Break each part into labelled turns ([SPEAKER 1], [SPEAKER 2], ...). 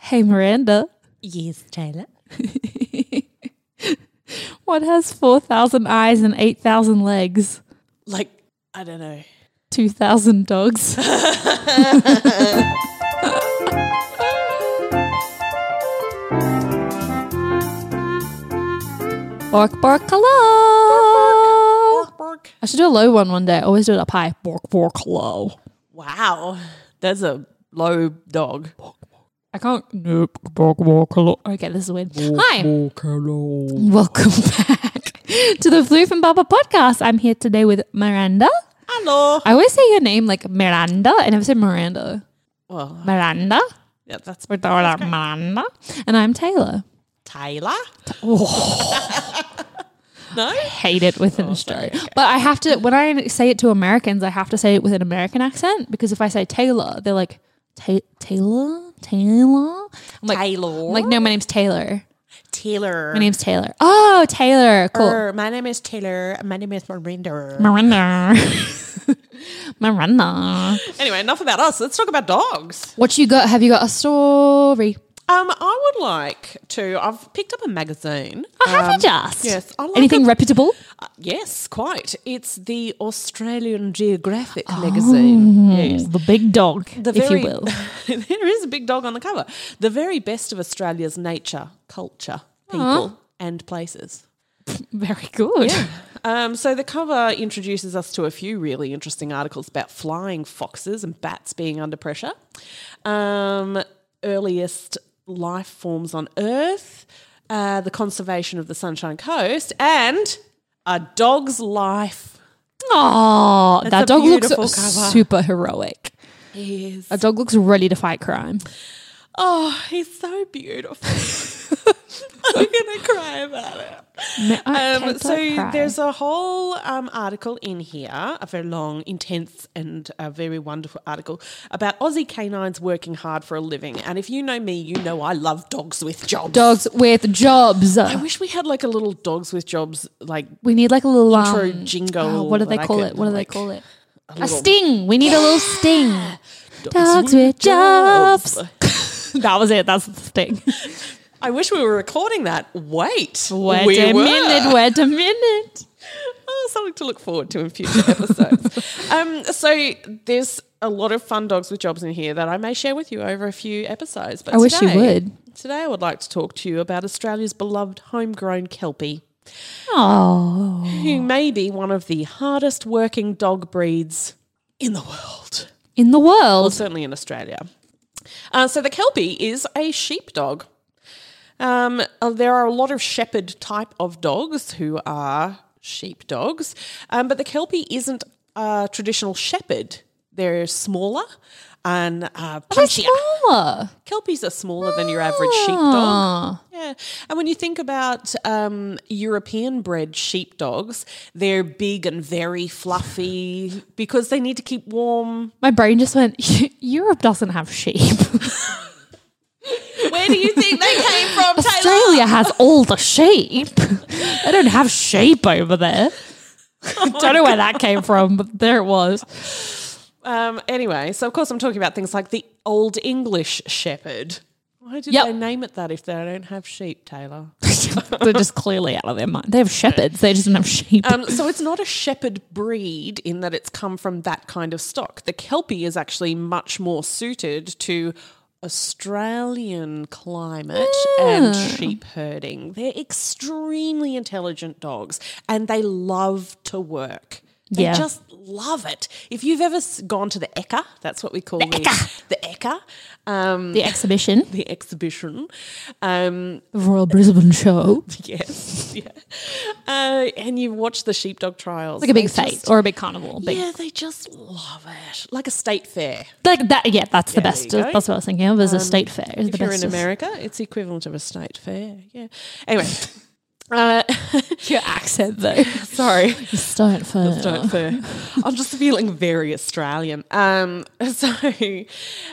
[SPEAKER 1] Hey, Miranda.
[SPEAKER 2] Yes, Taylor.
[SPEAKER 1] What has 4,000 eyes and 8,000 legs?
[SPEAKER 2] Like, I don't know.
[SPEAKER 1] 2,000 dogs. Bark, bark, hello. I should do a low one one day. I always do it up high. Bark, bark, hello.
[SPEAKER 2] Wow. That's a low dog.
[SPEAKER 1] I can't. Nope. Bark, bark, hello. Okay, this is weird. Hi. Welcome back to the Floof and Baba podcast. I'm here today with Miranda.
[SPEAKER 2] Hello.
[SPEAKER 1] I always say your name like Miranda. I never say Miranda.
[SPEAKER 2] Well,
[SPEAKER 1] Miranda.
[SPEAKER 2] yeah, that's
[SPEAKER 1] We're talking about Miranda. And I'm Taylor.
[SPEAKER 2] Taylor. no?
[SPEAKER 1] Hate it with an Australian. But I have to, when I say it to Americans, I have to say it with an American accent because if I say Taylor, they're like, "Ta- Taylor? Taylor? I'm like,
[SPEAKER 2] Taylor.
[SPEAKER 1] I'm like, no, my name's Taylor.
[SPEAKER 2] Taylor.
[SPEAKER 1] My name's Taylor. Oh, Taylor. Cool.
[SPEAKER 2] Er, my name is Taylor. My name is Miranda.
[SPEAKER 1] Miranda. Miranda.
[SPEAKER 2] Anyway, enough about us. Let's talk about dogs.
[SPEAKER 1] What you got? Have you got a story?
[SPEAKER 2] Um, I would like to. I've picked up a magazine.
[SPEAKER 1] I have you just?
[SPEAKER 2] yes, I like
[SPEAKER 1] Anything
[SPEAKER 2] a-
[SPEAKER 1] reputable?
[SPEAKER 2] Yes, quite. It's the Australian Geographic magazine. Yes.
[SPEAKER 1] The big dog, Oh. if you will.
[SPEAKER 2] there is a big dog on the cover. The very best of Australia's nature, culture, people, and places.
[SPEAKER 1] Very good.
[SPEAKER 2] Um, so the cover introduces us to a few really interesting articles about flying foxes and bats being under pressure, um, earliest life forms on Earth, uh, the conservation of the Sunshine Coast, and a dog's life.
[SPEAKER 1] Oh,
[SPEAKER 2] That's
[SPEAKER 1] that
[SPEAKER 2] a
[SPEAKER 1] dog looks
[SPEAKER 2] beautiful cover.
[SPEAKER 1] super heroic.
[SPEAKER 2] Yes.
[SPEAKER 1] That dog looks ready to fight crime.
[SPEAKER 2] Oh, he's so beautiful. I'm gonna cry about it. Um, so there's a whole um, article in here, a very long, intense, and a very wonderful article about Aussie canines working hard for a living. And if you know me, you know I love dogs with jobs.
[SPEAKER 1] dogs with jobs.
[SPEAKER 2] I wish we had like a little dogs with jobs, like
[SPEAKER 1] We need like a little
[SPEAKER 2] Intro
[SPEAKER 1] um,
[SPEAKER 2] jingle
[SPEAKER 1] oh, what do they
[SPEAKER 2] that I
[SPEAKER 1] call
[SPEAKER 2] could,
[SPEAKER 1] it? What do they
[SPEAKER 2] like,
[SPEAKER 1] call it? A,
[SPEAKER 2] little-
[SPEAKER 1] sting. We need a little sting. Dogs, with jobs. that was it. That's the sting.
[SPEAKER 2] I wish we were recording that. Wait,
[SPEAKER 1] Wait
[SPEAKER 2] we
[SPEAKER 1] a
[SPEAKER 2] were.
[SPEAKER 1] minute. Wait a minute.
[SPEAKER 2] Oh, something to look forward to in future episodes. um, so there's a lot of fun dogs with jobs in here that I may share with you over a few episodes. But
[SPEAKER 1] I wish you
[SPEAKER 2] today-
[SPEAKER 1] would.
[SPEAKER 2] Today, I would like to talk to you about Australia's beloved homegrown kelpie,
[SPEAKER 1] Oh,
[SPEAKER 2] who may be one of the hardest working dog breeds in the world.
[SPEAKER 1] in the world.
[SPEAKER 2] Certainly in Australia. Uh, so the Kelpie is a sheepdog. Um, uh, there are a lot of shepherd type of dogs who are sheepdogs, um, but the Kelpie isn't a traditional shepherd. They're smaller and uh, punchier.
[SPEAKER 1] Smaller.
[SPEAKER 2] Kelpies are smaller than your average sheepdog. Yeah. And when you think about um, European bred sheepdogs, they're big and very fluffy because they need to keep warm
[SPEAKER 1] My brain just went. Europe doesn't have sheep.
[SPEAKER 2] Where do you think they came from, Taylor?
[SPEAKER 1] Australia has all the sheep. they don't have sheep over there.
[SPEAKER 2] Oh
[SPEAKER 1] don't know where that came from, but there it was.
[SPEAKER 2] Um, anyway, so of course I'm talking about things like the Old English Shepherd. Why did
[SPEAKER 1] Yep.
[SPEAKER 2] they name it that if they don't have sheep, Taylor?
[SPEAKER 1] They're just clearly out of their mind. They have shepherds. They just don't have sheep.
[SPEAKER 2] Um, so it's not a shepherd breed in that it's come from that kind of stock. The Kelpie is actually much more suited to Australian climate and
[SPEAKER 1] Hmm.
[SPEAKER 2] sheep herding. They're extremely intelligent dogs and they love to work. They
[SPEAKER 1] Yeah.
[SPEAKER 2] just love it. If you've ever s- gone to the Ekka, that's what we call the, the, Ekka. Rebecca, um,
[SPEAKER 1] The exhibition,
[SPEAKER 2] the exhibition. Um,
[SPEAKER 1] the Royal Brisbane Show. It's
[SPEAKER 2] yes, yeah. Uh, and you watch the sheepdog trials.
[SPEAKER 1] like a big
[SPEAKER 2] They
[SPEAKER 1] fete
[SPEAKER 2] just-
[SPEAKER 1] or a big carnival. Big,
[SPEAKER 2] Yeah, they just love it. Like a state fair.
[SPEAKER 1] Like that. Yeah, that's the
[SPEAKER 2] there
[SPEAKER 1] best.
[SPEAKER 2] you go.
[SPEAKER 1] That's what I was thinking of. Is a state fair. Is the
[SPEAKER 2] if you're in
[SPEAKER 1] best. of-
[SPEAKER 2] America, it's the equivalent of a state fair. Yeah. Anyway. Uh,
[SPEAKER 1] Your accent though.
[SPEAKER 2] sorry.
[SPEAKER 1] State fair.
[SPEAKER 2] Don't fair. I'm just feeling very Australian. Um, so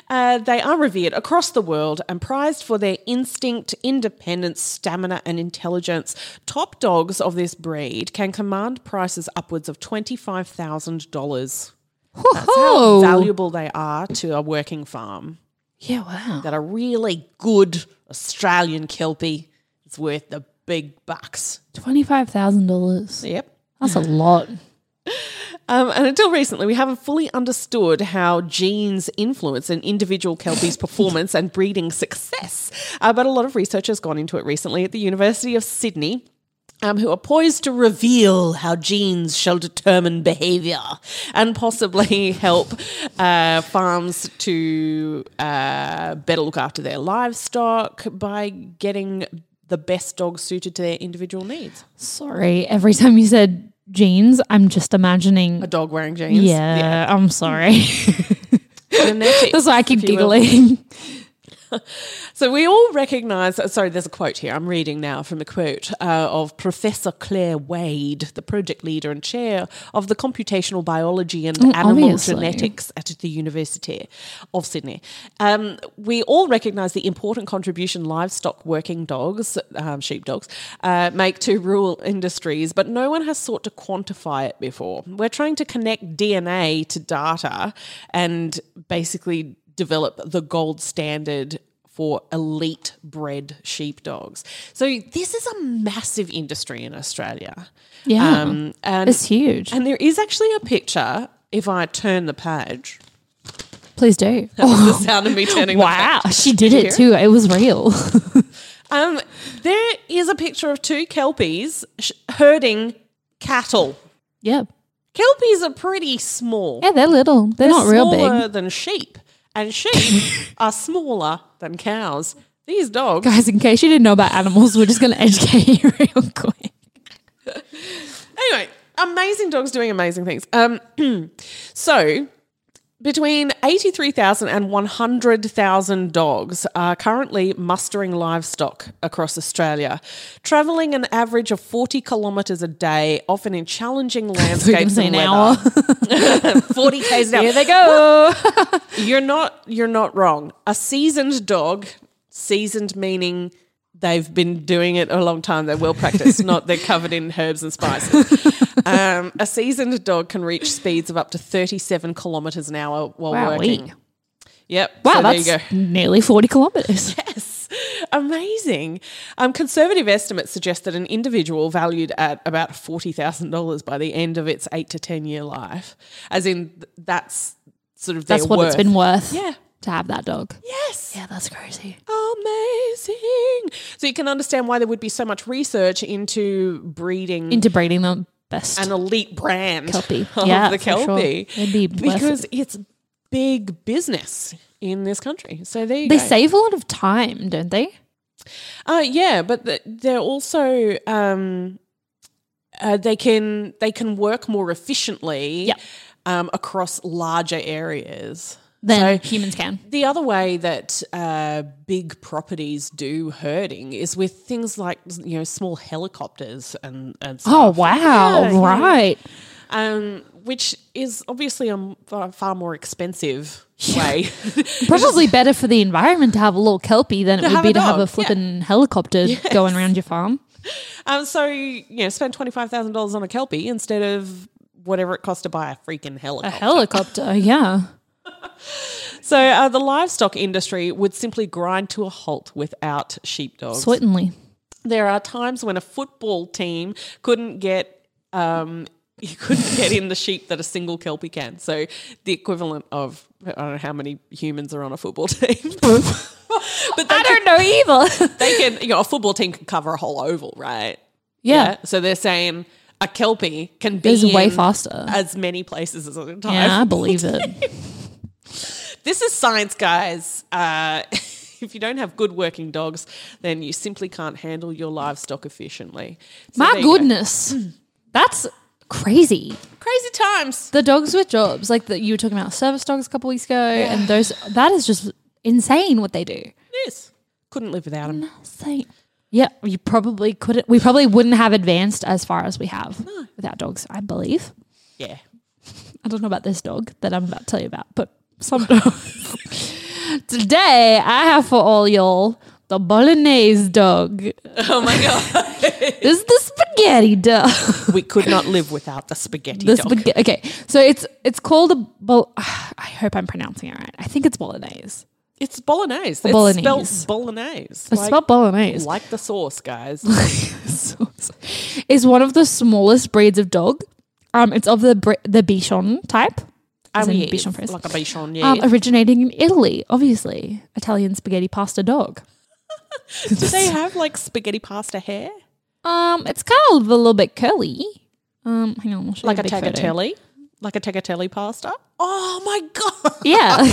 [SPEAKER 2] uh, they are revered across the world and prized for their instinct, independence, stamina, and intelligence. Top dogs of this breed can command prices upwards of twenty-five thousand dollars. That's how
[SPEAKER 1] Whoa.
[SPEAKER 2] valuable they are to a working farm.
[SPEAKER 1] Yeah. Wow.
[SPEAKER 2] That a really good Australian kelpie is worth the big bucks.
[SPEAKER 1] Twenty five thousand dollars.
[SPEAKER 2] Yep.
[SPEAKER 1] That's a lot.
[SPEAKER 2] Um, and until recently, we haven't fully understood how genes influence an individual Kelpie's performance and breeding success. Uh, but a lot of research has gone into it recently at the University of Sydney. Um, who are poised to reveal how genes shall determine behaviour and possibly help uh, farms to uh, better look after their livestock by getting the best dog suited to their individual needs.
[SPEAKER 1] Sorry. Every time you said jeans, I'm just imagining.
[SPEAKER 2] A dog wearing jeans.
[SPEAKER 1] Yeah, I'm sorry.
[SPEAKER 2] Genetics,
[SPEAKER 1] That's why I keep
[SPEAKER 2] if you will.
[SPEAKER 1] giggling.
[SPEAKER 2] So we all recognise. uh, Sorry, there's a quote here. I'm reading now from a quote uh, of Professor Claire Wade, the project leader and chair of the computational biology and animal
[SPEAKER 1] obviously.
[SPEAKER 2] genetics at the University of Sydney. Um, we all recognise the important contribution livestock working dogs, um, sheepdogs, uh, make to rural industries, but no one has sought to quantify it before. We're trying to connect DNA to data and basically develop the gold standard for elite bred sheepdogs. So this is a massive industry in Australia.
[SPEAKER 1] Yeah.
[SPEAKER 2] Um, and
[SPEAKER 1] it's huge.
[SPEAKER 2] and there is actually a picture if I turn the page.
[SPEAKER 1] Please do. Oh,
[SPEAKER 2] The sound of me turning
[SPEAKER 1] Wow,
[SPEAKER 2] the page.
[SPEAKER 1] she did it too. It was real.
[SPEAKER 2] Um there is a picture of two kelpies sh- herding cattle.
[SPEAKER 1] yep.
[SPEAKER 2] Kelpies are pretty small.
[SPEAKER 1] Yeah, they're little. They're, not real
[SPEAKER 2] smaller
[SPEAKER 1] big.
[SPEAKER 2] than sheep, and sheep are smaller than cows. These dogs
[SPEAKER 1] Guys, in case you didn't know about animals, we're just going to educate you real quick.
[SPEAKER 2] anyway, amazing dogs doing amazing things. Um, so between 83,000 and 100,000 dogs are currently mustering livestock across Australia, travelling an average of 40 kilometres a day, often in challenging landscapes
[SPEAKER 1] say
[SPEAKER 2] and
[SPEAKER 1] an
[SPEAKER 2] weather. 40 k's an hour.
[SPEAKER 1] Here they go.
[SPEAKER 2] You're not you're not wrong. A seasoned dog, seasoned meaning they've been doing it a long time, they're well practiced, not they're covered in herbs and spices. um, a seasoned dog can reach speeds of up to 37 kilometers an hour while
[SPEAKER 1] Wowee.
[SPEAKER 2] working. Yep.
[SPEAKER 1] Wow,
[SPEAKER 2] so
[SPEAKER 1] that's
[SPEAKER 2] there you go.
[SPEAKER 1] nearly 40 kilometers.
[SPEAKER 2] Yes. Amazing. Um, conservative estimates suggest that an individual valued at about $40,000 by the end of its 8 to 10 year life, as in th- that's sort of their
[SPEAKER 1] That's what
[SPEAKER 2] worth.
[SPEAKER 1] it's been worth
[SPEAKER 2] Yeah.
[SPEAKER 1] to have that dog.
[SPEAKER 2] Yes.
[SPEAKER 1] Yeah, that's crazy.
[SPEAKER 2] Amazing. So you can understand why there would be so much research into breeding
[SPEAKER 1] Into breeding the best.
[SPEAKER 2] an elite brand
[SPEAKER 1] Kelpie.
[SPEAKER 2] of
[SPEAKER 1] Yeah,
[SPEAKER 2] Mm. the
[SPEAKER 1] for sure.
[SPEAKER 2] Kelpie.
[SPEAKER 1] It'd be worth
[SPEAKER 2] because it's big business in this country. So there you
[SPEAKER 1] they
[SPEAKER 2] go.
[SPEAKER 1] save a lot of time, don't they?
[SPEAKER 2] Uh, yeah, but th- they're also um, uh, they can they can work more efficiently
[SPEAKER 1] Yeah.
[SPEAKER 2] um, across larger areas.
[SPEAKER 1] Then humans can.
[SPEAKER 2] The other way that uh, big properties do herding is with things like you know small helicopters and and stuff,
[SPEAKER 1] Oh, wow.
[SPEAKER 2] Yeah, yeah.
[SPEAKER 1] right.
[SPEAKER 2] um, which is obviously a m- far, far more expensive way.
[SPEAKER 1] Probably better for the environment to have a little kelpie than it would
[SPEAKER 2] have
[SPEAKER 1] be
[SPEAKER 2] a
[SPEAKER 1] to have
[SPEAKER 2] dog,
[SPEAKER 1] a
[SPEAKER 2] yeah.
[SPEAKER 1] flippin' helicopter going around your farm.
[SPEAKER 2] um, so you know, spend twenty five thousand dollars on a kelpie instead of whatever it costs to buy a freaking
[SPEAKER 1] A
[SPEAKER 2] helicopter.
[SPEAKER 1] helicopter, yeah.
[SPEAKER 2] so uh, the livestock industry would simply grind to a halt without sheepdogs.
[SPEAKER 1] Certainly.
[SPEAKER 2] there are times when a football team couldn't get um, you couldn't get in the sheep that a single kelpie can. So the equivalent of I don't know how many humans are on a football team, but they
[SPEAKER 1] I
[SPEAKER 2] can,
[SPEAKER 1] don't know either.
[SPEAKER 2] they can you know a football team can cover a whole oval, right?
[SPEAKER 1] yeah.
[SPEAKER 2] So they're saying a kelpie can be
[SPEAKER 1] It's way
[SPEAKER 2] in
[SPEAKER 1] faster.
[SPEAKER 2] as many places as at a time.
[SPEAKER 1] Yeah, I believe it.
[SPEAKER 2] This is science, guys. Uh, if you don't have good working dogs, then you simply can't handle your livestock efficiently. So there
[SPEAKER 1] My
[SPEAKER 2] you go.
[SPEAKER 1] goodness, that's crazy.
[SPEAKER 2] Crazy times.
[SPEAKER 1] The dogs with jobs, like that you were talking about service dogs a couple weeks ago, and those that is just insane what they do.
[SPEAKER 2] Yes. Couldn't live without them.
[SPEAKER 1] Insane. Yeah, you probably couldn't. We probably wouldn't have advanced as far as we have without dogs. I believe.
[SPEAKER 2] Yeah.
[SPEAKER 1] I don't know about this dog that I'm about to tell you about, but some dogs. Today, I have for all y'all the Bolognese dog.
[SPEAKER 2] Oh my God.
[SPEAKER 1] This is the spaghetti dog.
[SPEAKER 2] we could not live without the spaghetti
[SPEAKER 1] The
[SPEAKER 2] dog.
[SPEAKER 1] spaghetti. Okay, so it's it's called a. Bol- I hope I'm pronouncing it right. I think it's Bolognese.
[SPEAKER 2] It's bolognese.
[SPEAKER 1] Bolognese.
[SPEAKER 2] It's spelled bolognese.
[SPEAKER 1] It's spelled Bolognese.
[SPEAKER 2] like the sauce, guys.
[SPEAKER 1] So- so- It's one of the smallest breeds of dog. Um, it's of the Bri- the Bichon type. as
[SPEAKER 2] Um,
[SPEAKER 1] in
[SPEAKER 2] yes,
[SPEAKER 1] Bichon Frise.
[SPEAKER 2] Like a Bichon, yeah.
[SPEAKER 1] Um, originating in Italy, obviously. Italian spaghetti pasta dog.
[SPEAKER 2] Do they have like spaghetti pasta hair?
[SPEAKER 1] Um, it's kind of a little bit curly. Um, hang on, we'll show
[SPEAKER 2] Like
[SPEAKER 1] you
[SPEAKER 2] a
[SPEAKER 1] a big photo.
[SPEAKER 2] tagliatelle? Like a tagliatelle pasta? Oh my God.
[SPEAKER 1] Yeah.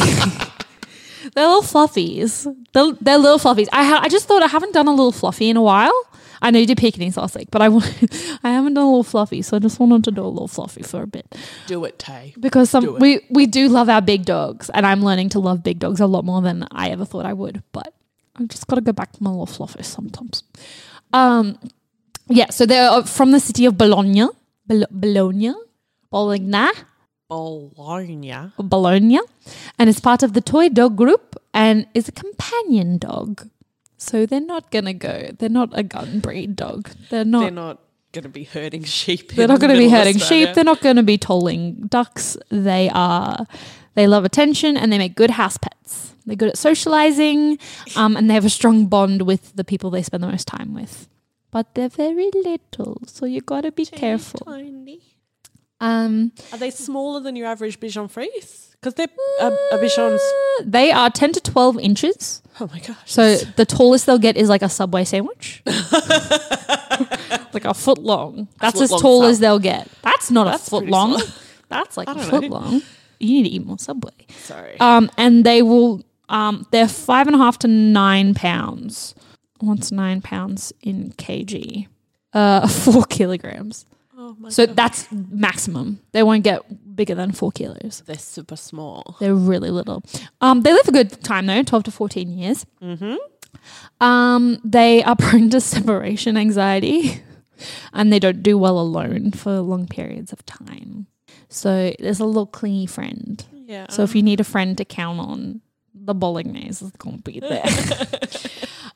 [SPEAKER 1] they're little fluffies. They're, they're little fluffies. I ha- I just thought I haven't done a little fluffy in a while. I know you did Pekingese last week, but I want- I haven't done a little fluffy, so I just wanted to do a little fluffy for a bit
[SPEAKER 2] Do it, Tay.
[SPEAKER 1] because some we we do love our big dogs, and I'm learning to love big dogs a lot more than I ever thought I would. But I've just got to go back to my little fluffies sometimes. Um, yeah. So they're uh, from the city of Bologna, Bolo- Bologna, Bologna.
[SPEAKER 2] Bologna.
[SPEAKER 1] Bologna, and is part of the toy dog group and is a companion dog. So they're not gonna go. They're not a gun breed dog. They're not. They're
[SPEAKER 2] They're
[SPEAKER 1] not,
[SPEAKER 2] not going to be herding sheep. in the
[SPEAKER 1] gonna be
[SPEAKER 2] middle of
[SPEAKER 1] herding
[SPEAKER 2] Australia.
[SPEAKER 1] sheep. They're not gonna be tolling ducks. They are. They love attention and they make good house pets. They're good at socializing, um, and they have a strong bond with the people they spend the most time with. But they're very little, so you gotta be careful.
[SPEAKER 2] Tiny.
[SPEAKER 1] Um,
[SPEAKER 2] Are they smaller than your average Bichon Frise? Because they're a, a Bichon's.
[SPEAKER 1] they are ten to twelve inches.
[SPEAKER 2] Oh my gosh.
[SPEAKER 1] So the tallest they'll get is like a subway sandwich, like a foot long. That's
[SPEAKER 2] foot
[SPEAKER 1] as
[SPEAKER 2] long
[SPEAKER 1] tall
[SPEAKER 2] sub.
[SPEAKER 1] as they'll get. That's not a foot
[SPEAKER 2] pretty
[SPEAKER 1] long.
[SPEAKER 2] small.
[SPEAKER 1] That's like a
[SPEAKER 2] don't know.
[SPEAKER 1] foot long. You need to eat more subway.
[SPEAKER 2] Sorry.
[SPEAKER 1] Um, and they will. Um, they're five and a half to nine pounds. What's nine pounds in kg? Uh, four kilograms.
[SPEAKER 2] oh my
[SPEAKER 1] So that's maximum. They won't get bigger than four kilos.
[SPEAKER 2] They're super small.
[SPEAKER 1] They're really little. Um, they live a good time though, twelve to fourteen years. Mm-hmm. Um, they are prone to separation anxiety, and they don't do well alone for long periods of time. So there's a little clingy friend.
[SPEAKER 2] Yeah.
[SPEAKER 1] So if you need a friend to count on, the bolognese is going to be there.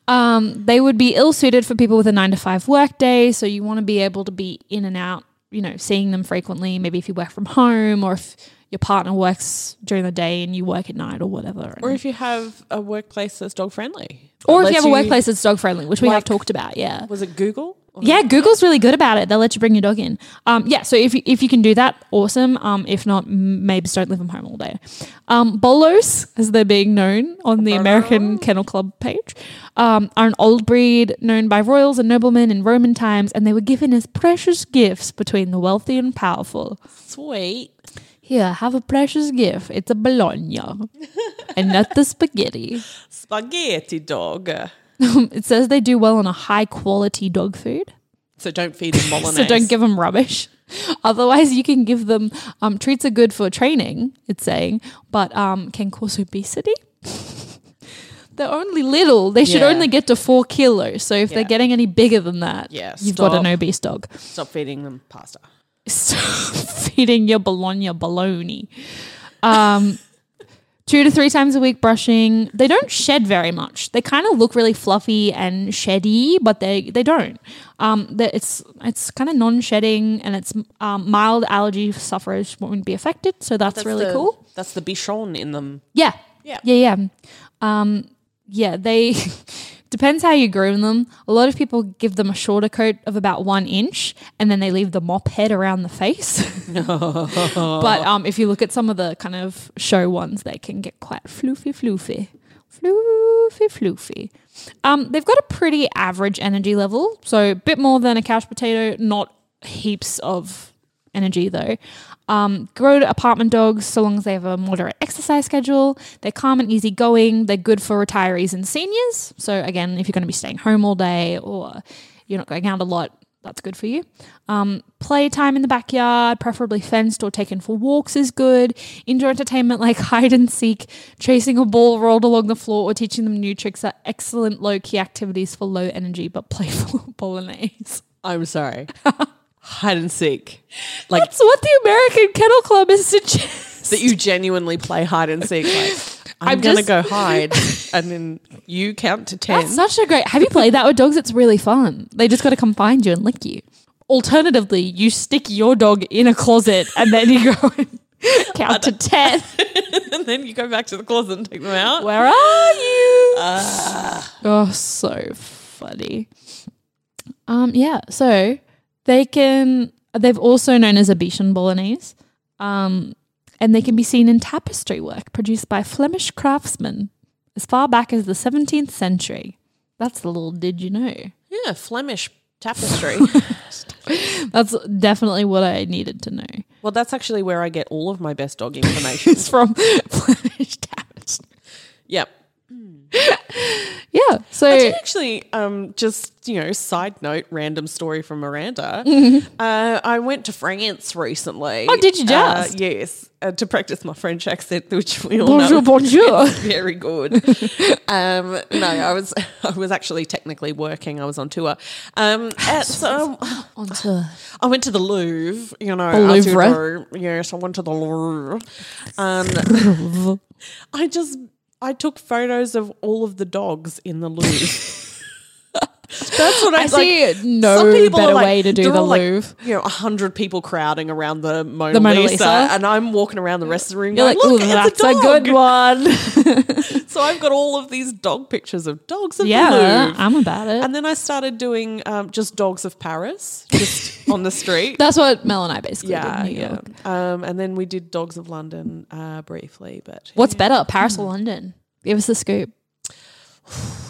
[SPEAKER 1] um, they would be ill suited for people with a nine to five work day. So you want to be able to be in and out, you know, seeing them frequently. Maybe if you work from home or if your partner works during the day and you work at night or whatever.
[SPEAKER 2] or if you have a workplace that's dog friendly.
[SPEAKER 1] Or if you have
[SPEAKER 2] Lets
[SPEAKER 1] a workplace that's dog friendly, which we have talked about. Yeah.
[SPEAKER 2] Was it Google? Or
[SPEAKER 1] Yeah, Google's really good about it. They'll let you bring your dog in. Um, yeah, so if you, if you can do that, awesome. Um, if not, m- maybe don't live from home all day. Um, bolos, as they're being known on the American Kennel Club page, um, are an old breed known by royals and noblemen in Roman times, and they were given as precious gifts between the wealthy and powerful.
[SPEAKER 2] Sweet.
[SPEAKER 1] Here, have a precious gift. It's a bologna, and not the spaghetti.
[SPEAKER 2] Spaghetti dog.
[SPEAKER 1] it says they do well on a high quality dog food.
[SPEAKER 2] So don't feed them bolognese.
[SPEAKER 1] so don't give them rubbish. Otherwise, you can give them um, treats are good for training. It's saying, but um, can cause obesity. They're only little. They should
[SPEAKER 2] Yeah.
[SPEAKER 1] only get to four kilos. So if they're
[SPEAKER 2] Yeah.
[SPEAKER 1] getting any bigger than that,
[SPEAKER 2] Yeah,
[SPEAKER 1] you've got an
[SPEAKER 2] stop.
[SPEAKER 1] obese dog.
[SPEAKER 2] Stop feeding them pasta.
[SPEAKER 1] Stop feeding your bologna baloney. Um, two to three times a week brushing. They don't shed very much. They kind of look really fluffy and sheddy, but they they don't. Um, that it's it's kind of non-shedding and it's um, mild allergy sufferers won't be affected. So that's, really
[SPEAKER 2] the-
[SPEAKER 1] cool.
[SPEAKER 2] That's the Bichon in them.
[SPEAKER 1] Yeah.
[SPEAKER 2] Yeah.
[SPEAKER 1] Yeah. Yeah. Um, yeah. They depends how you groom them. A lot of people give them a shorter coat of about one inch, and then they leave the mop head around the face. but um, if you look at some of the kind of show ones, they can get quite floofy, floofy, floofy, floofy. Um, they've got a pretty average energy level, so a bit more than a couch potato, not heaps of energy though. Um, grow to apartment dogs so long as they have a moderate exercise schedule. They're calm and easygoing. They're good for retirees and seniors. So again, if you're going to be staying home all day or you're not going out a lot, that's good for you. Um, playtime in the backyard, preferably fenced or taken for walks, is good. Indoor entertainment like hide and seek, chasing a ball rolled along the floor, or teaching them new tricks are excellent low key activities for low energy but playful bolognese.
[SPEAKER 2] I'm sorry. Hide and seek. Like
[SPEAKER 1] That's what the American Kennel Club is suggesting.
[SPEAKER 2] that you genuinely play hide and seek. Like, I'm,
[SPEAKER 1] I'm
[SPEAKER 2] gonna
[SPEAKER 1] just-
[SPEAKER 2] go hide, and then you count to ten.
[SPEAKER 1] That's such a great. Have you played that with dogs? It's really fun. They just got to come find you and lick you. Alternatively, you stick your dog in a closet and then you go and count to ten.
[SPEAKER 2] and then you go back to the closet and take them out. Uh,
[SPEAKER 1] Where are you? Oh, so funny. Um, yeah. So they can. They've also known as Abitian Bolognese, um, and they can be seen in tapestry work produced by Flemish craftsmen as far back as the 17th century. That's a little did you know?
[SPEAKER 2] yeah, Flemish tapestry.
[SPEAKER 1] That's definitely what I needed to know.
[SPEAKER 2] well, that's actually where I get all of my best dog information.
[SPEAKER 1] It's from Flemish tapestry.
[SPEAKER 2] yep.
[SPEAKER 1] Yeah. So
[SPEAKER 2] Actually, um, just you know, side note, random story from Miranda. Uh, I went to France recently.
[SPEAKER 1] Oh, did you
[SPEAKER 2] Uh,
[SPEAKER 1] just?
[SPEAKER 2] yes, uh, to practice my French accent, which we all
[SPEAKER 1] bonjour,
[SPEAKER 2] know.
[SPEAKER 1] bonjour.
[SPEAKER 2] very good. um, no, I was I was actually technically working. I was on tour. Um, at, so
[SPEAKER 1] Onto
[SPEAKER 2] I went to the Louvre. You know,
[SPEAKER 1] The
[SPEAKER 2] I do
[SPEAKER 1] Louvre?
[SPEAKER 2] know- Yes, I went to the Louvre. Um, I just I took photos of all of the dogs in the Louvre. That's what I,
[SPEAKER 1] I
[SPEAKER 2] like,
[SPEAKER 1] see no
[SPEAKER 2] some people
[SPEAKER 1] better
[SPEAKER 2] are like-
[SPEAKER 1] way to do
[SPEAKER 2] they're
[SPEAKER 1] the
[SPEAKER 2] all like,
[SPEAKER 1] Louvre.
[SPEAKER 2] you know, a hundred people crowding around the Mona,
[SPEAKER 1] The Mona
[SPEAKER 2] Lisa,
[SPEAKER 1] Lisa?
[SPEAKER 2] and I'm walking around the rest of the room.
[SPEAKER 1] You're
[SPEAKER 2] going,
[SPEAKER 1] like, ooh,
[SPEAKER 2] Look, it's
[SPEAKER 1] that's
[SPEAKER 2] a,
[SPEAKER 1] a,
[SPEAKER 2] dog.
[SPEAKER 1] good one.
[SPEAKER 2] So I've got all of these dog pictures of dogs in the
[SPEAKER 1] yeah,
[SPEAKER 2] Louvre.
[SPEAKER 1] I'm about it.
[SPEAKER 2] And then I started doing um, just dogs of Paris, just on the street.
[SPEAKER 1] That's what Mel and I basically
[SPEAKER 2] yeah,
[SPEAKER 1] did in New
[SPEAKER 2] yeah.
[SPEAKER 1] York.
[SPEAKER 2] Um, and then we did dogs of London uh, briefly, but
[SPEAKER 1] What's better, Paris
[SPEAKER 2] Mm-hmm.
[SPEAKER 1] or London? Give us the scoop.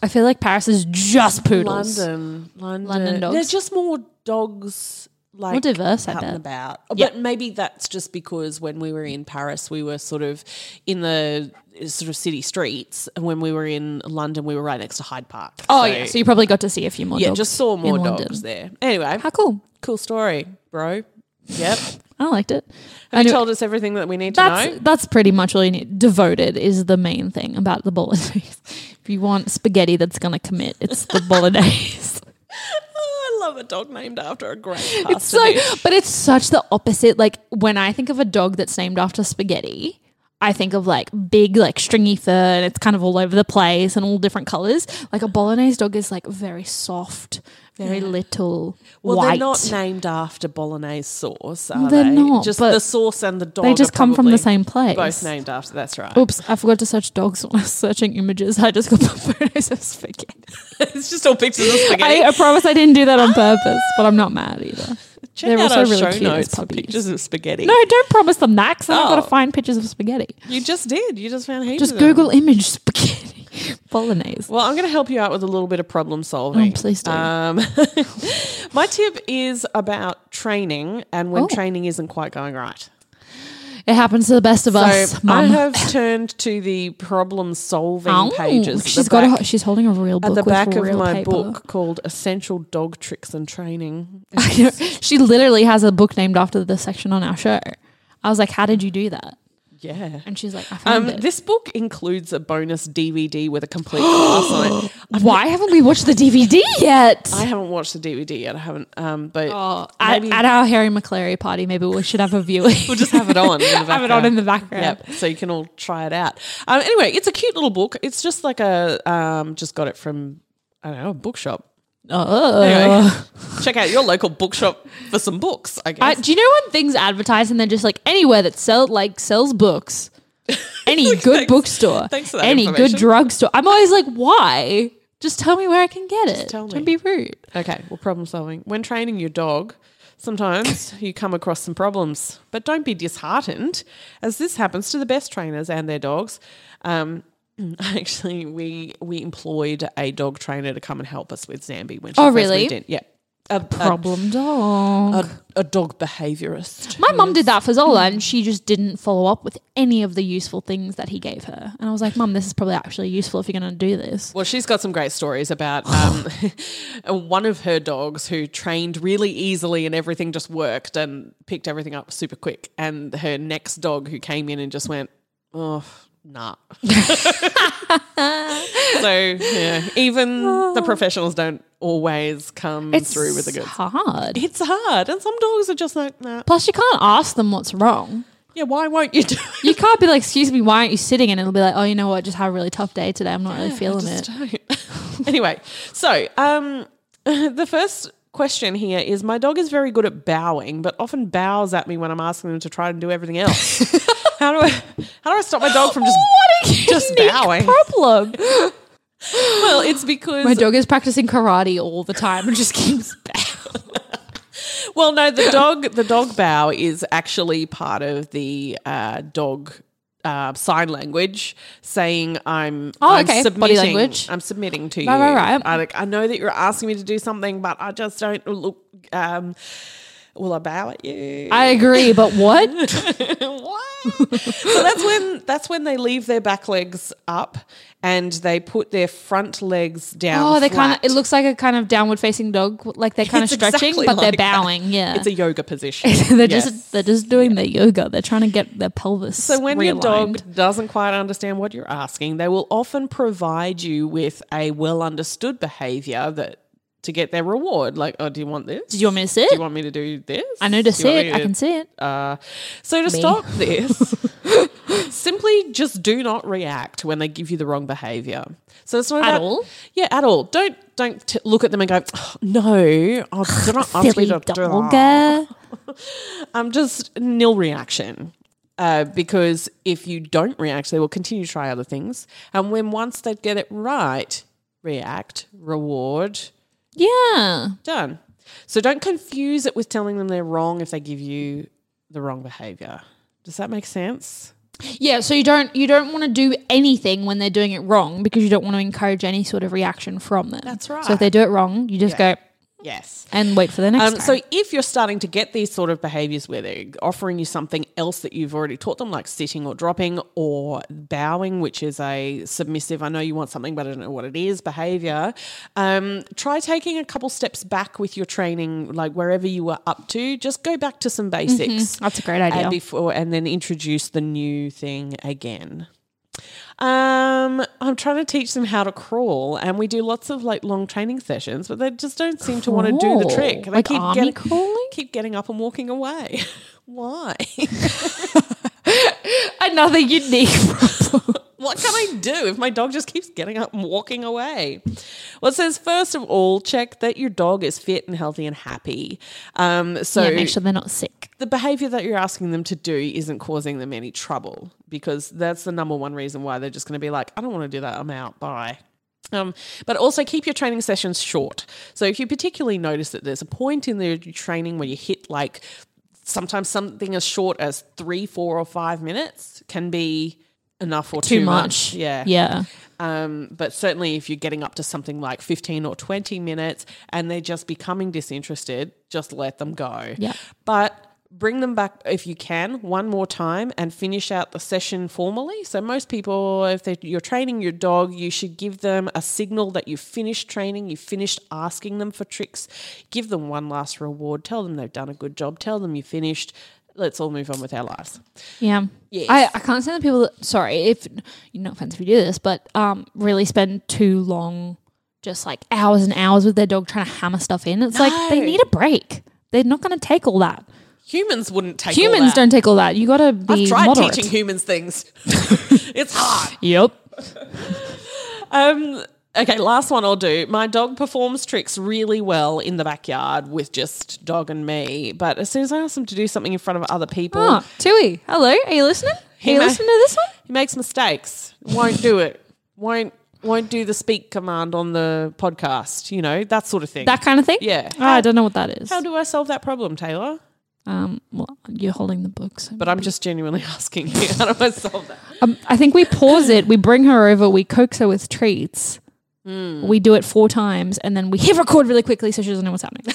[SPEAKER 1] I feel like Paris is just poodles.
[SPEAKER 2] London, London,
[SPEAKER 1] London dogs.
[SPEAKER 2] There's just more dogs. Like
[SPEAKER 1] More diverse, I
[SPEAKER 2] out and
[SPEAKER 1] bet.
[SPEAKER 2] about,
[SPEAKER 1] Yeah.
[SPEAKER 2] but maybe that's just because when we were in Paris, we were sort of in the uh, sort of city streets, and when we were in London, we were right next to Hyde Park.
[SPEAKER 1] Oh
[SPEAKER 2] So,
[SPEAKER 1] yeah, so you probably got to see a few more.
[SPEAKER 2] yeah,
[SPEAKER 1] dogs
[SPEAKER 2] just saw more
[SPEAKER 1] in
[SPEAKER 2] dogs
[SPEAKER 1] London.
[SPEAKER 2] there. Anyway,
[SPEAKER 1] How cool!
[SPEAKER 2] cool story, bro. Yep.
[SPEAKER 1] I liked it.
[SPEAKER 2] Have
[SPEAKER 1] Anyway-
[SPEAKER 2] you told us everything that we need to
[SPEAKER 1] That's
[SPEAKER 2] know?
[SPEAKER 1] that's pretty much all you need. Devoted is the main thing about the bolognese. if you want spaghetti that's gonna commit, it's the bolognese.
[SPEAKER 2] Oh, I love a dog named after a great pasta
[SPEAKER 1] it's so,
[SPEAKER 2] dish.
[SPEAKER 1] but it's such the opposite. Like when I think of a dog that's named after spaghetti, I think of like big, like stringy fur, and it's kind of all over the place and all different colors. Like a bolognese dog is like very soft, very little,
[SPEAKER 2] Well,
[SPEAKER 1] white.
[SPEAKER 2] they're not named after bolognese sauce, are
[SPEAKER 1] they're
[SPEAKER 2] they?
[SPEAKER 1] not,
[SPEAKER 2] Just
[SPEAKER 1] but
[SPEAKER 2] the sauce and the dog.
[SPEAKER 1] they just
[SPEAKER 2] are
[SPEAKER 1] come from the
[SPEAKER 2] probably
[SPEAKER 1] same place. Oh.
[SPEAKER 2] Both named after. That's right.
[SPEAKER 1] Oops, I forgot to search dogs when I was searching images. I just got the photos of spaghetti.
[SPEAKER 2] it's just all pictures of spaghetti. Ah!
[SPEAKER 1] I, I promise I didn't do that on purpose, but I'm not mad either.
[SPEAKER 2] Check
[SPEAKER 1] they're
[SPEAKER 2] out
[SPEAKER 1] also
[SPEAKER 2] our
[SPEAKER 1] really
[SPEAKER 2] show
[SPEAKER 1] cute as
[SPEAKER 2] notes for
[SPEAKER 1] puppies.
[SPEAKER 2] pictures of spaghetti.
[SPEAKER 1] No, don't promise them that because I've got
[SPEAKER 2] Oh.
[SPEAKER 1] to find pictures of spaghetti.
[SPEAKER 2] you just did. You just found heaps.
[SPEAKER 1] Just
[SPEAKER 2] of them.
[SPEAKER 1] Google image spaghetti bolognese.
[SPEAKER 2] Well, I'm going to help you out with a little bit of problem
[SPEAKER 1] Oh,
[SPEAKER 2] solving.
[SPEAKER 1] please do.
[SPEAKER 2] Um, my tip is about training and
[SPEAKER 1] Oh.
[SPEAKER 2] when training isn't quite going right.
[SPEAKER 1] It happens to the best of
[SPEAKER 2] So
[SPEAKER 1] us,
[SPEAKER 2] I
[SPEAKER 1] Mum.
[SPEAKER 2] have turned to the problem solving
[SPEAKER 1] Ow.
[SPEAKER 2] pages. at the
[SPEAKER 1] She's got.
[SPEAKER 2] back-
[SPEAKER 1] a, she's holding a real book
[SPEAKER 2] at the
[SPEAKER 1] with
[SPEAKER 2] back of
[SPEAKER 1] real
[SPEAKER 2] my
[SPEAKER 1] paper.
[SPEAKER 2] book called Essential Dog Tricks and Training.
[SPEAKER 1] I know. she literally has a book named after the section on our show. I was like, "How did you do that?"
[SPEAKER 2] Yeah.
[SPEAKER 1] And she's like, "I found
[SPEAKER 2] Um,
[SPEAKER 1] it."
[SPEAKER 2] this book includes a bonus DVD with a complete class on it.
[SPEAKER 1] Why haven't we watched the DVD yet?
[SPEAKER 2] I haven't watched the DVD yet. I haven't, um, but
[SPEAKER 1] Oh, at, at our Harry McClary party, maybe we should have a viewing.
[SPEAKER 2] we'll just have it on. In the
[SPEAKER 1] Have it on in the background.
[SPEAKER 2] Yep, so you can all try it out. Um, anyway, it's a cute little book. It's just like a um, just got it from I don't know a bookshop.
[SPEAKER 1] Oh.
[SPEAKER 2] Anyway, check out your local bookshop for some books. I guess.
[SPEAKER 1] I, do you know when things advertise and they're just like anywhere that sell like sells books, any good bookstore,
[SPEAKER 2] thanks for that
[SPEAKER 1] any good
[SPEAKER 2] information.
[SPEAKER 1] drugstore? I'm always like, why? Just tell me where I can get it.
[SPEAKER 2] tell me.
[SPEAKER 1] Don't be rude.
[SPEAKER 2] Okay, well, problem solving. When training your dog, sometimes you come across some problems, but don't be disheartened, as this happens to the best trainers and their dogs. Um, actually, we we employed a dog trainer to come and help us with Zambi when she
[SPEAKER 1] Oh,
[SPEAKER 2] first
[SPEAKER 1] really?
[SPEAKER 2] moved in. Yeah. a
[SPEAKER 1] Problem dog.
[SPEAKER 2] a, a dog behaviorist.
[SPEAKER 1] My mum did that for Zola
[SPEAKER 2] Hmm.
[SPEAKER 1] and she just didn't follow up with any of the useful things that he gave her. And I was like, Mum, this is probably actually useful if you're going to do this.
[SPEAKER 2] Well, she's got some great stories about um, one of her dogs who trained really easily and everything just worked and picked everything up super quick. And her next dog who came in and just went, oh, nah. so, yeah, even the professionals don't always come Mm, through with the goods.
[SPEAKER 1] hard.
[SPEAKER 2] It's hard. And some dogs are just like, nah.
[SPEAKER 1] Plus, you can't ask them what's wrong.
[SPEAKER 2] Yeah, why won't you do
[SPEAKER 1] You can't be like, excuse me, why aren't you sitting? And it'll be like, oh, you know what? Just had a really tough day today. I'm not really feeling it.
[SPEAKER 2] anyway, so um, the first question here is my dog is very good at bowing, but often bows at me when I'm asking them to try and do everything else. how do I how do I stop my dog from just
[SPEAKER 1] What a
[SPEAKER 2] just
[SPEAKER 1] unique
[SPEAKER 2] bowing?
[SPEAKER 1] problem.
[SPEAKER 2] Well, it's because
[SPEAKER 1] My dog is practicing karate all the time and just keeps bowing.
[SPEAKER 2] well, no, the dog the dog bow is actually part of the uh, dog. Uh, sign language saying I'm
[SPEAKER 1] Oh,
[SPEAKER 2] I'm
[SPEAKER 1] okay. Body
[SPEAKER 2] submitting
[SPEAKER 1] language.
[SPEAKER 2] I'm submitting to you
[SPEAKER 1] Right, right, right.
[SPEAKER 2] I like I know that you're asking me to do something but I just don't look um will I bow at you
[SPEAKER 1] I agree, but what?
[SPEAKER 2] What? so that's when that's when they leave their back legs up and they put their front legs down.
[SPEAKER 1] Oh, they kind
[SPEAKER 2] flat.
[SPEAKER 1] of, it looks like a kind of downward facing dog. Like they're kind
[SPEAKER 2] It's
[SPEAKER 1] of stretching,
[SPEAKER 2] exactly
[SPEAKER 1] but
[SPEAKER 2] like
[SPEAKER 1] they're
[SPEAKER 2] that.
[SPEAKER 1] bowing. Yeah.
[SPEAKER 2] It's a yoga position.
[SPEAKER 1] they're
[SPEAKER 2] Yes.
[SPEAKER 1] just they're just doing their yoga. They're trying to get their pelvis.
[SPEAKER 2] So when your
[SPEAKER 1] realigned.
[SPEAKER 2] dog doesn't quite understand what you're asking, they will often provide you with a well understood behavior that to get their reward. Like, oh, do you want this?
[SPEAKER 1] do you want me to sit?
[SPEAKER 2] Do you want me to do this?
[SPEAKER 1] I know to
[SPEAKER 2] Do you want
[SPEAKER 1] sit.
[SPEAKER 2] me
[SPEAKER 1] I
[SPEAKER 2] to-
[SPEAKER 1] can sit.
[SPEAKER 2] Uh, so to stop this, simply just do not react when they give you the wrong behavior. So it's not
[SPEAKER 1] At
[SPEAKER 2] about-
[SPEAKER 1] all?
[SPEAKER 2] Yeah, at all. Don't don't t- look at them and go, "Oh, no, oh, do not ask me
[SPEAKER 1] Silly
[SPEAKER 2] to do that.
[SPEAKER 1] dogger.
[SPEAKER 2] I'm Um, just nil reaction. Uh, because if you don't react, they will continue to try other things. And when once they get it right, react, reward,
[SPEAKER 1] Yeah.
[SPEAKER 2] done. So don't confuse it with telling them they're wrong if they give you the wrong behavior. Does that make sense?
[SPEAKER 1] Yeah, so you don't you don't want to do anything when they're doing it wrong because you don't want to encourage any sort of reaction from them.
[SPEAKER 2] That's
[SPEAKER 1] So
[SPEAKER 2] right.
[SPEAKER 1] if they do it wrong, you just go
[SPEAKER 2] Yes.
[SPEAKER 1] and wait for the next
[SPEAKER 2] Um,
[SPEAKER 1] time.
[SPEAKER 2] so if you're starting to get these sort of behaviors where they're offering you something else that you've already taught them, like sitting or dropping or bowing, which is a submissive, I know you want something, but I don't know what it is behavior, um, try taking a couple steps back with your training, like wherever you were up to, just go back to some basics.
[SPEAKER 1] Mm-hmm. that's a great
[SPEAKER 2] And
[SPEAKER 1] idea.
[SPEAKER 2] before and then introduce the new thing again. Um, I'm trying to teach them how to crawl, and we do lots of like long training sessions, but they just don't seem to want to do the
[SPEAKER 1] Crawl.
[SPEAKER 2] trick. They
[SPEAKER 1] Like army
[SPEAKER 2] getting,
[SPEAKER 1] crawling?
[SPEAKER 2] keep getting up and walking away. Why?
[SPEAKER 1] Another unique problem.
[SPEAKER 2] what can I do if my dog just keeps getting up and walking away? Well, it says first of all, check that your dog is fit and healthy and happy. Um, so
[SPEAKER 1] yeah, make sure they're not sick.
[SPEAKER 2] the behavior that you're asking them to do isn't causing them any trouble because that's the number one reason why they're just going to be like, I don't want to do that. I'm out. Bye. Um, but also keep your training sessions short. So if you particularly notice that there's a point in the training where you hit like sometimes something as short as three, four, or five minutes can be enough or too,
[SPEAKER 1] Too much.
[SPEAKER 2] Yeah.
[SPEAKER 1] Yeah.
[SPEAKER 2] Um, but certainly, if you're getting up to something like 15 or 20 minutes and they're just becoming disinterested, just let them go.
[SPEAKER 1] Yeah.
[SPEAKER 2] But bring them back if you can one more time and finish out the session formally. So, most people, if they, you're training your dog, you should give them a signal that you finished training, you finished asking them for tricks. Give them one last reward. Tell them they've done a good job. Tell them you finished. Let's all move on with our lives.
[SPEAKER 1] Yeah.
[SPEAKER 2] Yes.
[SPEAKER 1] I, I can't stand the people that, sorry, if, no offense if you do this, but um, really spend too long, just like hours and hours with their dog trying to hammer stuff in. It's like they
[SPEAKER 2] No.
[SPEAKER 1] need a break. They're not going to take all that.
[SPEAKER 2] Humans wouldn't take all
[SPEAKER 1] Humans
[SPEAKER 2] that.
[SPEAKER 1] don't take all that. You got to be
[SPEAKER 2] I've tried
[SPEAKER 1] moderate.
[SPEAKER 2] teaching humans things. it's hard.
[SPEAKER 1] Yep.
[SPEAKER 2] Um, okay, last one I'll do. My dog performs tricks really well in the backyard with just dog and me, but as soon as I ask him to do something in front of other people,
[SPEAKER 1] Oh, Tui, hello. Are you listening? Are you
[SPEAKER 2] ma-
[SPEAKER 1] listening to this one?
[SPEAKER 2] he makes mistakes. Won't do it. Won't won't do the speak command on the podcast. You know that sort of thing.
[SPEAKER 1] That kind of thing?
[SPEAKER 2] Yeah.
[SPEAKER 1] Oh, I don't know what that is.
[SPEAKER 2] How do I solve that problem, Taylor?
[SPEAKER 1] um, well, you're holding the book. So.
[SPEAKER 2] But I'm just genuinely asking you, how do I solve that?
[SPEAKER 1] Um, I think we pause it, we bring her over, we coax her with treats,
[SPEAKER 2] Hmm.
[SPEAKER 1] We do it four times and then we hit record really quickly so she doesn't know what's happening.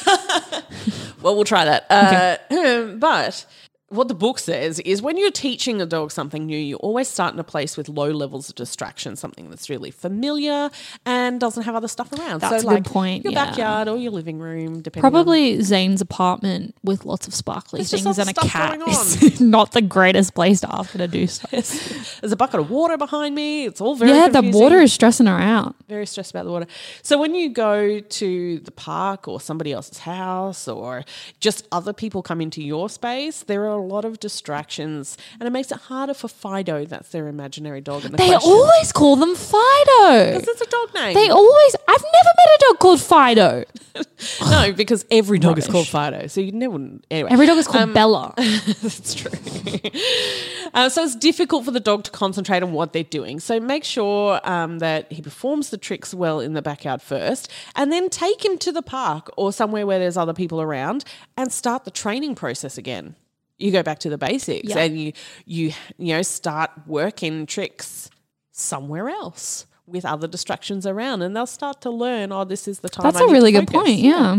[SPEAKER 2] Well, we'll try that. Uh, but what the book says is when you're teaching a dog something new, you always start in a place with low levels of distraction, something that's really familiar and doesn't have other stuff around.
[SPEAKER 1] That's a
[SPEAKER 2] so,
[SPEAKER 1] good
[SPEAKER 2] like
[SPEAKER 1] point,
[SPEAKER 2] Your
[SPEAKER 1] yeah.
[SPEAKER 2] backyard or your living room, depending. on-
[SPEAKER 1] Probably Zane's apartment with lots of sparkly
[SPEAKER 2] There's just
[SPEAKER 1] things
[SPEAKER 2] other
[SPEAKER 1] and a
[SPEAKER 2] stuff
[SPEAKER 1] cat
[SPEAKER 2] going
[SPEAKER 1] is not the greatest place to ask her to do stuff.
[SPEAKER 2] there's a bucket of water behind me. It's all very
[SPEAKER 1] yeah, the
[SPEAKER 2] confusing.
[SPEAKER 1] water is stressing her out.
[SPEAKER 2] very stressed about the water. So when you go to the park or somebody else's house or just other people come into your space, there are a lot of distractions and it makes it harder for Fido, that's their imaginary dog in the
[SPEAKER 1] They
[SPEAKER 2] question.
[SPEAKER 1] always call them Fido.
[SPEAKER 2] because it's a dog name.
[SPEAKER 1] They always. I've never met a dog called Fido.
[SPEAKER 2] no, because every dog is called
[SPEAKER 1] Rubbish.
[SPEAKER 2] Fido. So you never anyway.
[SPEAKER 1] Every dog is called
[SPEAKER 2] Um,
[SPEAKER 1] Bella.
[SPEAKER 2] That's true. uh, so it's difficult for the dog to concentrate on what they're doing. So make sure um, that he performs the tricks well in the backyard first, and then take him to the park or somewhere where there's other people around, and start the training process again. You go back to the basics,
[SPEAKER 1] Yeah.
[SPEAKER 2] and you you you know start working tricks somewhere else with other distractions around, and they'll start to learn. Oh, this is the time.
[SPEAKER 1] That's
[SPEAKER 2] I need
[SPEAKER 1] a
[SPEAKER 2] to
[SPEAKER 1] really good
[SPEAKER 2] focus."
[SPEAKER 1] point. Yeah.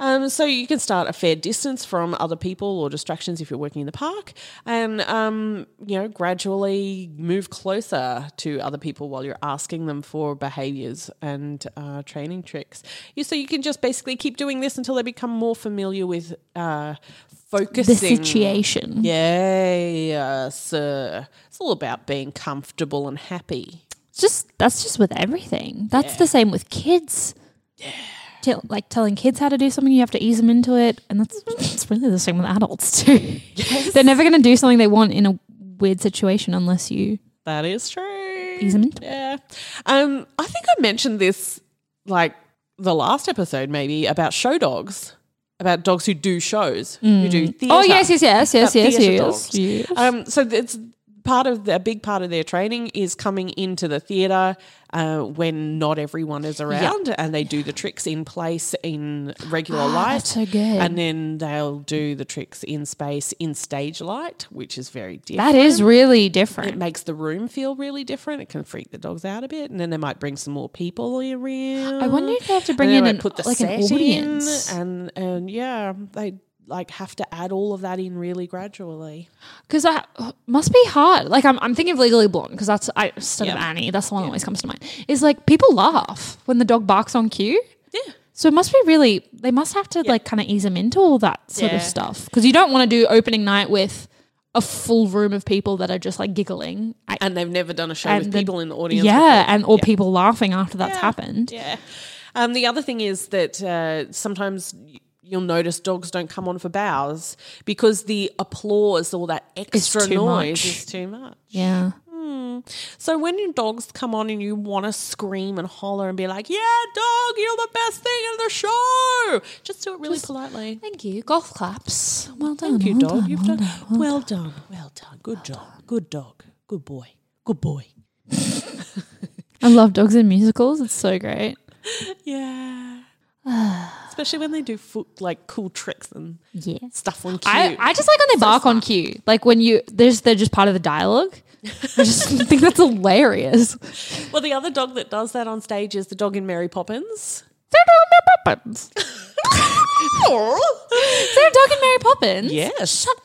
[SPEAKER 2] Um, so you can start a fair distance from other people or distractions if you're working in the park, and um, you know gradually move closer to other people while you're asking them for behaviors and uh, training tricks. You, so you can just basically keep doing this until they become more familiar with uh,
[SPEAKER 1] The
[SPEAKER 2] focusing.
[SPEAKER 1] situation.
[SPEAKER 2] Yeah, sir. It's all about being comfortable and happy.
[SPEAKER 1] It's just that's just with everything. That's the same with kids. Yeah. Tell, like telling kids how to do something, you have to ease them into it, and that's it's really the same with adults too. They're never going to do something they want in a weird situation unless you.
[SPEAKER 2] That is true.
[SPEAKER 1] Ease 'em into it.
[SPEAKER 2] Yeah. Um, I think I mentioned this like the last episode, maybe about show dogs, about dogs who do shows, who do theatre.
[SPEAKER 1] Oh yes, yes, yes, yes,
[SPEAKER 2] about
[SPEAKER 1] yes,
[SPEAKER 2] theatre
[SPEAKER 1] yes,
[SPEAKER 2] dogs. Um, so it's part of the, a big part of their training is coming into the theatre uh, when not everyone is around, and they do the tricks in place in regular light.
[SPEAKER 1] Ah, that's so good.
[SPEAKER 2] And then they'll do the tricks in space in stage light, which is very different
[SPEAKER 1] That is really
[SPEAKER 2] it
[SPEAKER 1] different.
[SPEAKER 2] makes the room feel really different. It can freak the dogs out a bit, and then they might bring some more people around.
[SPEAKER 1] I wonder if they have to bring
[SPEAKER 2] And they
[SPEAKER 1] in
[SPEAKER 2] might
[SPEAKER 1] an, like an
[SPEAKER 2] set in,
[SPEAKER 1] audience.
[SPEAKER 2] and and yeah, they like have to add all of that in really gradually.
[SPEAKER 1] Because I must be hard. Like I'm, I'm thinking of Legally Blonde because that's I instead of
[SPEAKER 2] Yeah.
[SPEAKER 1] Annie, that's the one that always comes to mind. Is like people laugh when the dog barks on cue. Yeah. So it must be really. They must have to like kind of ease them into all that sort of
[SPEAKER 2] Yeah.
[SPEAKER 1] stuff because you don't want to do opening night with a full room of people that are just like giggling. I,
[SPEAKER 2] And they've never done a show
[SPEAKER 1] And
[SPEAKER 2] with
[SPEAKER 1] the-
[SPEAKER 2] people in the audience.
[SPEAKER 1] yeah,
[SPEAKER 2] before.
[SPEAKER 1] and or people laughing after that's
[SPEAKER 2] Yeah.
[SPEAKER 1] happened.
[SPEAKER 2] Yeah. Um, the other thing is that uh, sometimes y- you'll notice dogs don't come on for bows because the applause, all that extra
[SPEAKER 1] too
[SPEAKER 2] noise,
[SPEAKER 1] much.
[SPEAKER 2] is too much.
[SPEAKER 1] Yeah.
[SPEAKER 2] So when your dogs come on and you want to scream and holler and be like, "Yeah, dog, you're the best thing in the show," just do it really politely.
[SPEAKER 1] Thank you. Golf claps. Well done.
[SPEAKER 2] Thank you,
[SPEAKER 1] well
[SPEAKER 2] dog.
[SPEAKER 1] done,
[SPEAKER 2] You've
[SPEAKER 1] well
[SPEAKER 2] done well done, well done. Good dog, good dog, good boy, good boy.
[SPEAKER 1] I love dogs in musicals. It's so great.
[SPEAKER 2] Yeah. Especially when they do foot like cool tricks and
[SPEAKER 1] Yeah.
[SPEAKER 2] stuff on cue.
[SPEAKER 1] I, I just like when they bark on cue. Like when you there's they're just part of the dialogue. I just think that's hilarious.
[SPEAKER 2] well, the other dog that does that on stage is the dog in Mary Poppins.
[SPEAKER 1] Poppins. Is there a dog in Mary Poppins?
[SPEAKER 2] Yes.
[SPEAKER 1] Shut